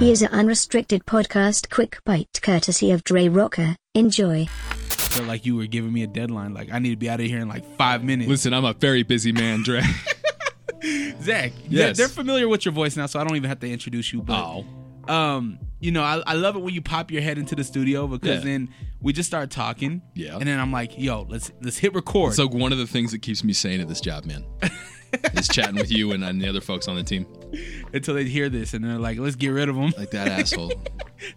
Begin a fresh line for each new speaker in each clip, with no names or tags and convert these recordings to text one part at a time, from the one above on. is an unrestricted podcast quick bite courtesy of Dre Rocker. Enjoy.
felt like you were giving me a deadline. Like I need to be out of here in like five minutes.
Listen, I'm a very busy man, Dre.
Zach, they're,
Yes.
they're familiar with your voice now, so I don't even have to introduce you. But
oh,
um, you know, I, I love it when you pop your head into the studio because
Yeah.
then we just start talking.
Yeah.
And then I'm like, yo, let's let's hit record.
it's
So
like one of the things that keeps me sane at this job, man. is chatting with you and, and the other folks on the team,
until they hear this and they're like, let's get rid of him.
like that asshole.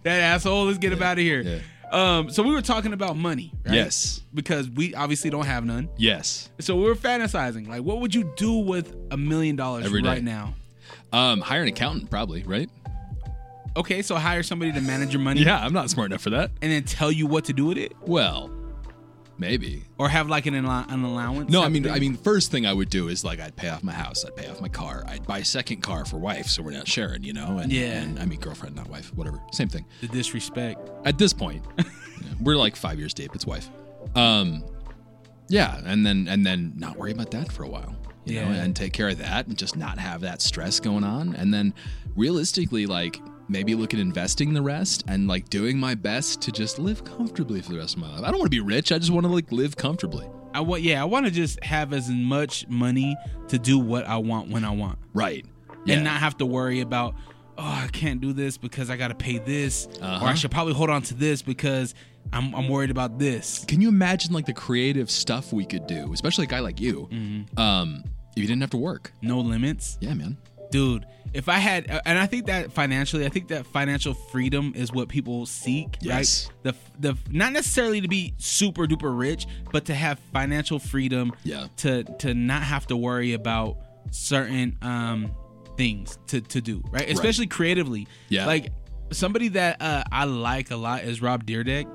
that asshole, let's get him out of here.
yeah.
Um, so we were talking about money, right?
Yes,
Because we obviously don't have none.
yes.
So we were fantasizing. Like, what would you do with a million dollars
Every day.
right now?
Um, hire an accountant, probably, right?
Okay, so hire somebody to manage your money
Yeah, I'm not smart enough for that.
and then tell you what to do with it?
Well, maybe.
or have like an, allow- an allowance.
No,
type
I mean,
of
I
thing?
mean, first thing I would do is like I'd pay off my house, I'd pay off my car, I'd buy a second car for wife, so we're not sharing, you know? And,
Yeah.
And I mean, girlfriend, not wife, whatever, same thing.
the disrespect.
at this point you know, we're like five years deep it's wife um yeah and then and then not worry about that for a while you know
Yeah.
and take care of that and just not have that stress going on and then realistically like maybe look at investing the rest and like doing my best to just live comfortably for the rest of my life i don't want to be rich i just want to like live comfortably
I want, yeah, I want to just have as much money to do what I want when I want,
right yeah
and not have to worry about, oh, I can't do this because I got to pay this, or I
Uh-huh.
should probably hold on to this because I'm I'm worried about this.
can you imagine like the creative stuff we could do especially a guy like you um if you didn't have to work
No limits,
yeah man
dude. If I had, and I think that financially, I think that financial freedom is what people seek,
Yes.
right? The the not necessarily to be super duper rich, but to have financial freedom
yeah
to to not have to worry about certain um things to to do right especially creatively
Yeah.
like somebody that uh i like a lot is rob deerdeck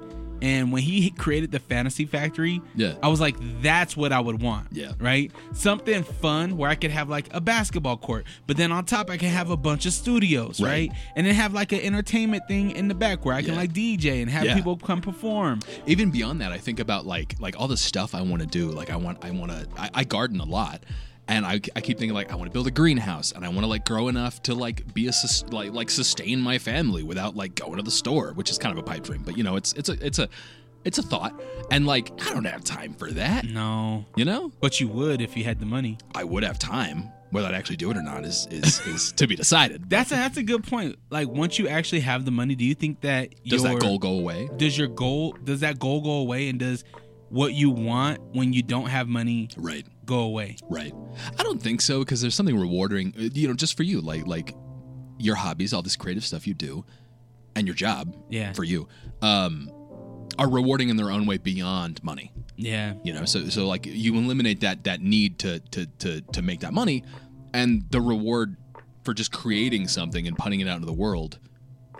and when he created the fantasy factory
Yeah.
i was like that's what i would want
Yeah.
right something fun where i could have like a basketball court but then on top i can have a bunch of studios right,
Right.
and then have like an entertainment thing in the back where i can
Yeah.
like dj and have
Yeah.
people come perform
even beyond that i think about like like all the stuff i want to do like i want i want to I, I garden a lot and I, I keep thinking like i want to build a greenhouse and i want to like grow enough to like be a sus- like like sustain my family without like going to the store which is kind of a pipe dream but you know it's it's a it's a it's a thought and like i don't have time for that
no
you know
but you would if you had the money
i would have time whether i'd actually do it or not is is, is to be decided
That's a, that's a good point. Like once you actually have the money, do you think that
does
your,
that goal go away
does your goal does that goal go away and does what you want when you don't have money
right
go away?
Right. I don't think so because there's something rewarding, uh, you know, just for you, like like your hobbies, all this creative stuff you do, and your job
Yeah.
for you, um, are rewarding in their own way beyond money.
Yeah.
You know, so so like you eliminate that that need to to to to make that money, and the reward for just creating something and putting it out into the world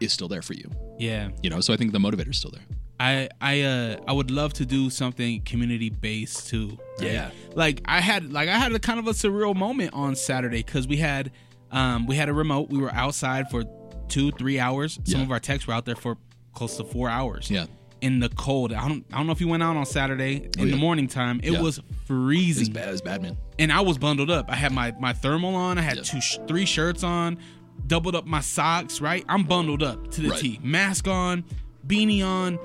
is still there for you.
Yeah.
You know, so I think the motivator's still there.
I I uh I would love to do something community based too. right?
Yeah.
Like I had like I had a kind of a surreal moment on Saturday because we had um we had a remote. We were outside for two three hours. Some
Yeah.
of our techs were out there for close to four hours.
Yeah.
In the cold. I don't I don't know if you went out on Saturday in
Oh,
the
yeah.
morning time. It
Yeah.
was
It's
freezing,
bad. It's bad, man.
and I was bundled up. I had my my thermal on. I had
Yeah.
two sh- three shirts on, doubled up my socks. Right, I'm bundled up to the
Right.
T. Mask on, beanie on.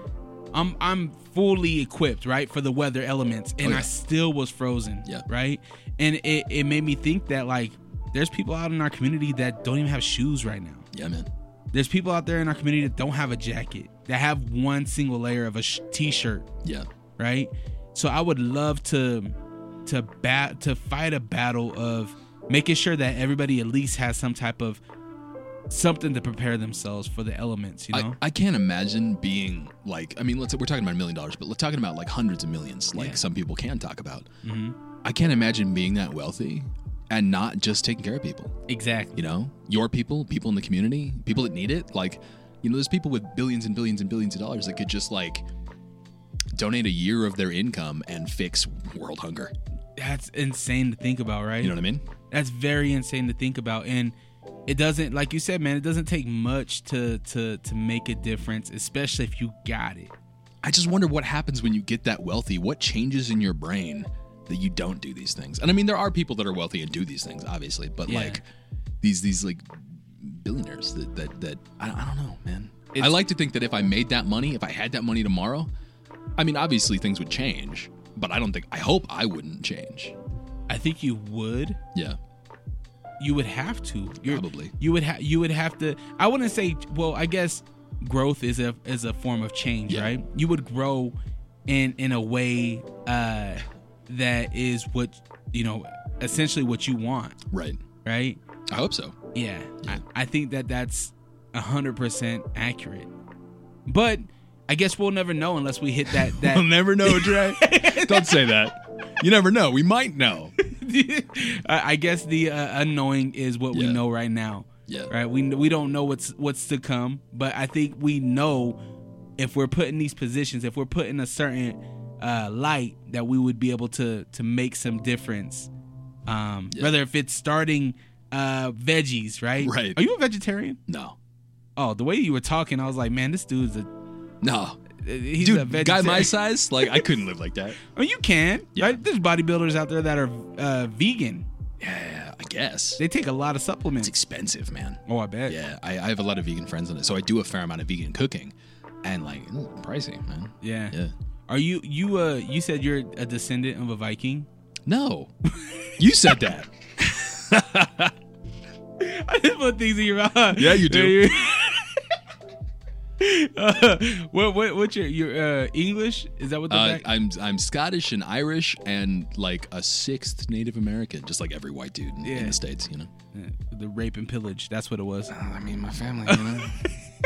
I'm I'm fully equipped, right, for the weather elements, and
Oh, yeah.
I still was frozen.
Yeah.
Right, and it it made me think that like there's people out in our community that don't even have shoes right now.
Yeah, man.
There's people out there in our community that don't have a jacket, that have one single layer of a sh- t-shirt
Yeah.
right? So I would love to to bat to fight a battle of making sure that everybody at least has some type of something to prepare themselves for the elements, you know?
I, I can't imagine being like I mean let's we're talking about a million dollars but we're talking about like hundreds of millions like
Yeah.
some people can talk about
hmm
I can't imagine being that wealthy and not just taking care of people
Exactly.
you know your people people in the community people that need it like you know there's people with billions and billions and billions of dollars that could just like donate a year of their income and fix world hunger
That's insane to think about, right?
you know what I mean
That's very insane to think about and it doesn't like you said, man, it doesn't take much to to to make a difference, especially if you got it.
I just wonder what happens when you get that wealthy. What changes in your brain that you don't do these things? And I mean, there are people that are wealthy and do these things, obviously, but
Yeah.
like these these like billionaires that that, that I, I don't know, man. I
It's-
like to think that if I made that money, if I had that money tomorrow, I mean, obviously things would change, but I don't think I hope I wouldn't change.
I think you would.
Yeah,
You would have to. You're,
Probably.
You would have. You would have to. I wouldn't say. Well, I guess growth is a is a form of change,
Yeah.
right? You would grow in in a way uh, that is what you know, essentially what you want,
right.
right?
I hope so.
Yeah, I, I think that that's hundred percent accurate. But I guess we'll never know unless we hit that that.
We'll never know, Dre. don't say that. You never know. We might know.
I I guess the uh, unknowing is what we
Yeah.
know right now.
Yeah.
Right. We we don't know what's what's to come, but I think we know if we're put in these positions, if we're put in a certain uh, light, that we would be able to to make some difference. Um,
Yeah.
Whether if it's starting uh, veggies, right?
Right.
Are you a vegetarian?
No.
Oh, the way you were talking, I was like, man, this dude's a
No.
he's a
Dude, guy
vegetarian.
my size, like I couldn't live like that.
I mean, you can.
Yeah.
Right? There's bodybuilders out there that are uh, vegan.
Yeah, I guess.
They take a lot of
It's
supplements.
expensive, man.
Oh, I bet.
Yeah, I, I have a lot of vegan friends on it, so I do a fair amount of vegan cooking, and like ooh, pricey, man.
Yeah.
Yeah.
Are you you uh you said you're a descendant of a Viking?
No, you said that.
I just put things in your mouth.
Yeah, you do.
Uh, what what what's your your uh, English? Is that what the
Uh,
back-
I'm I'm Scottish and Irish and like a sixth Native American, just like every white dude in, in
Yeah.
the states, you know.
Uh, the rape and pillage? That's what it was.
Ah, I mean, my family, you know.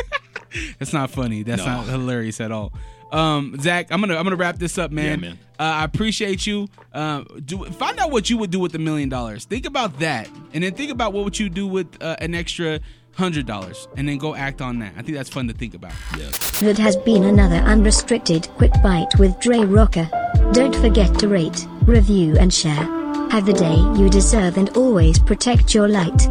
That's not funny. That's
No.
not hilarious at all. Um, Zach, I'm gonna I'm gonna wrap this up, man.
Yeah, man.
Uh, I appreciate you. Uh, do find out what you would do with a million dollars. Think about that, and then think about what would you do with uh, an extra hundred dollars, and then go act on that. I think that's fun to think about.
yeah.
That has been another unrestricted quick bite with Dre Rocker. Don't forget to rate, review, and share. Have the day you deserve and always protect your light.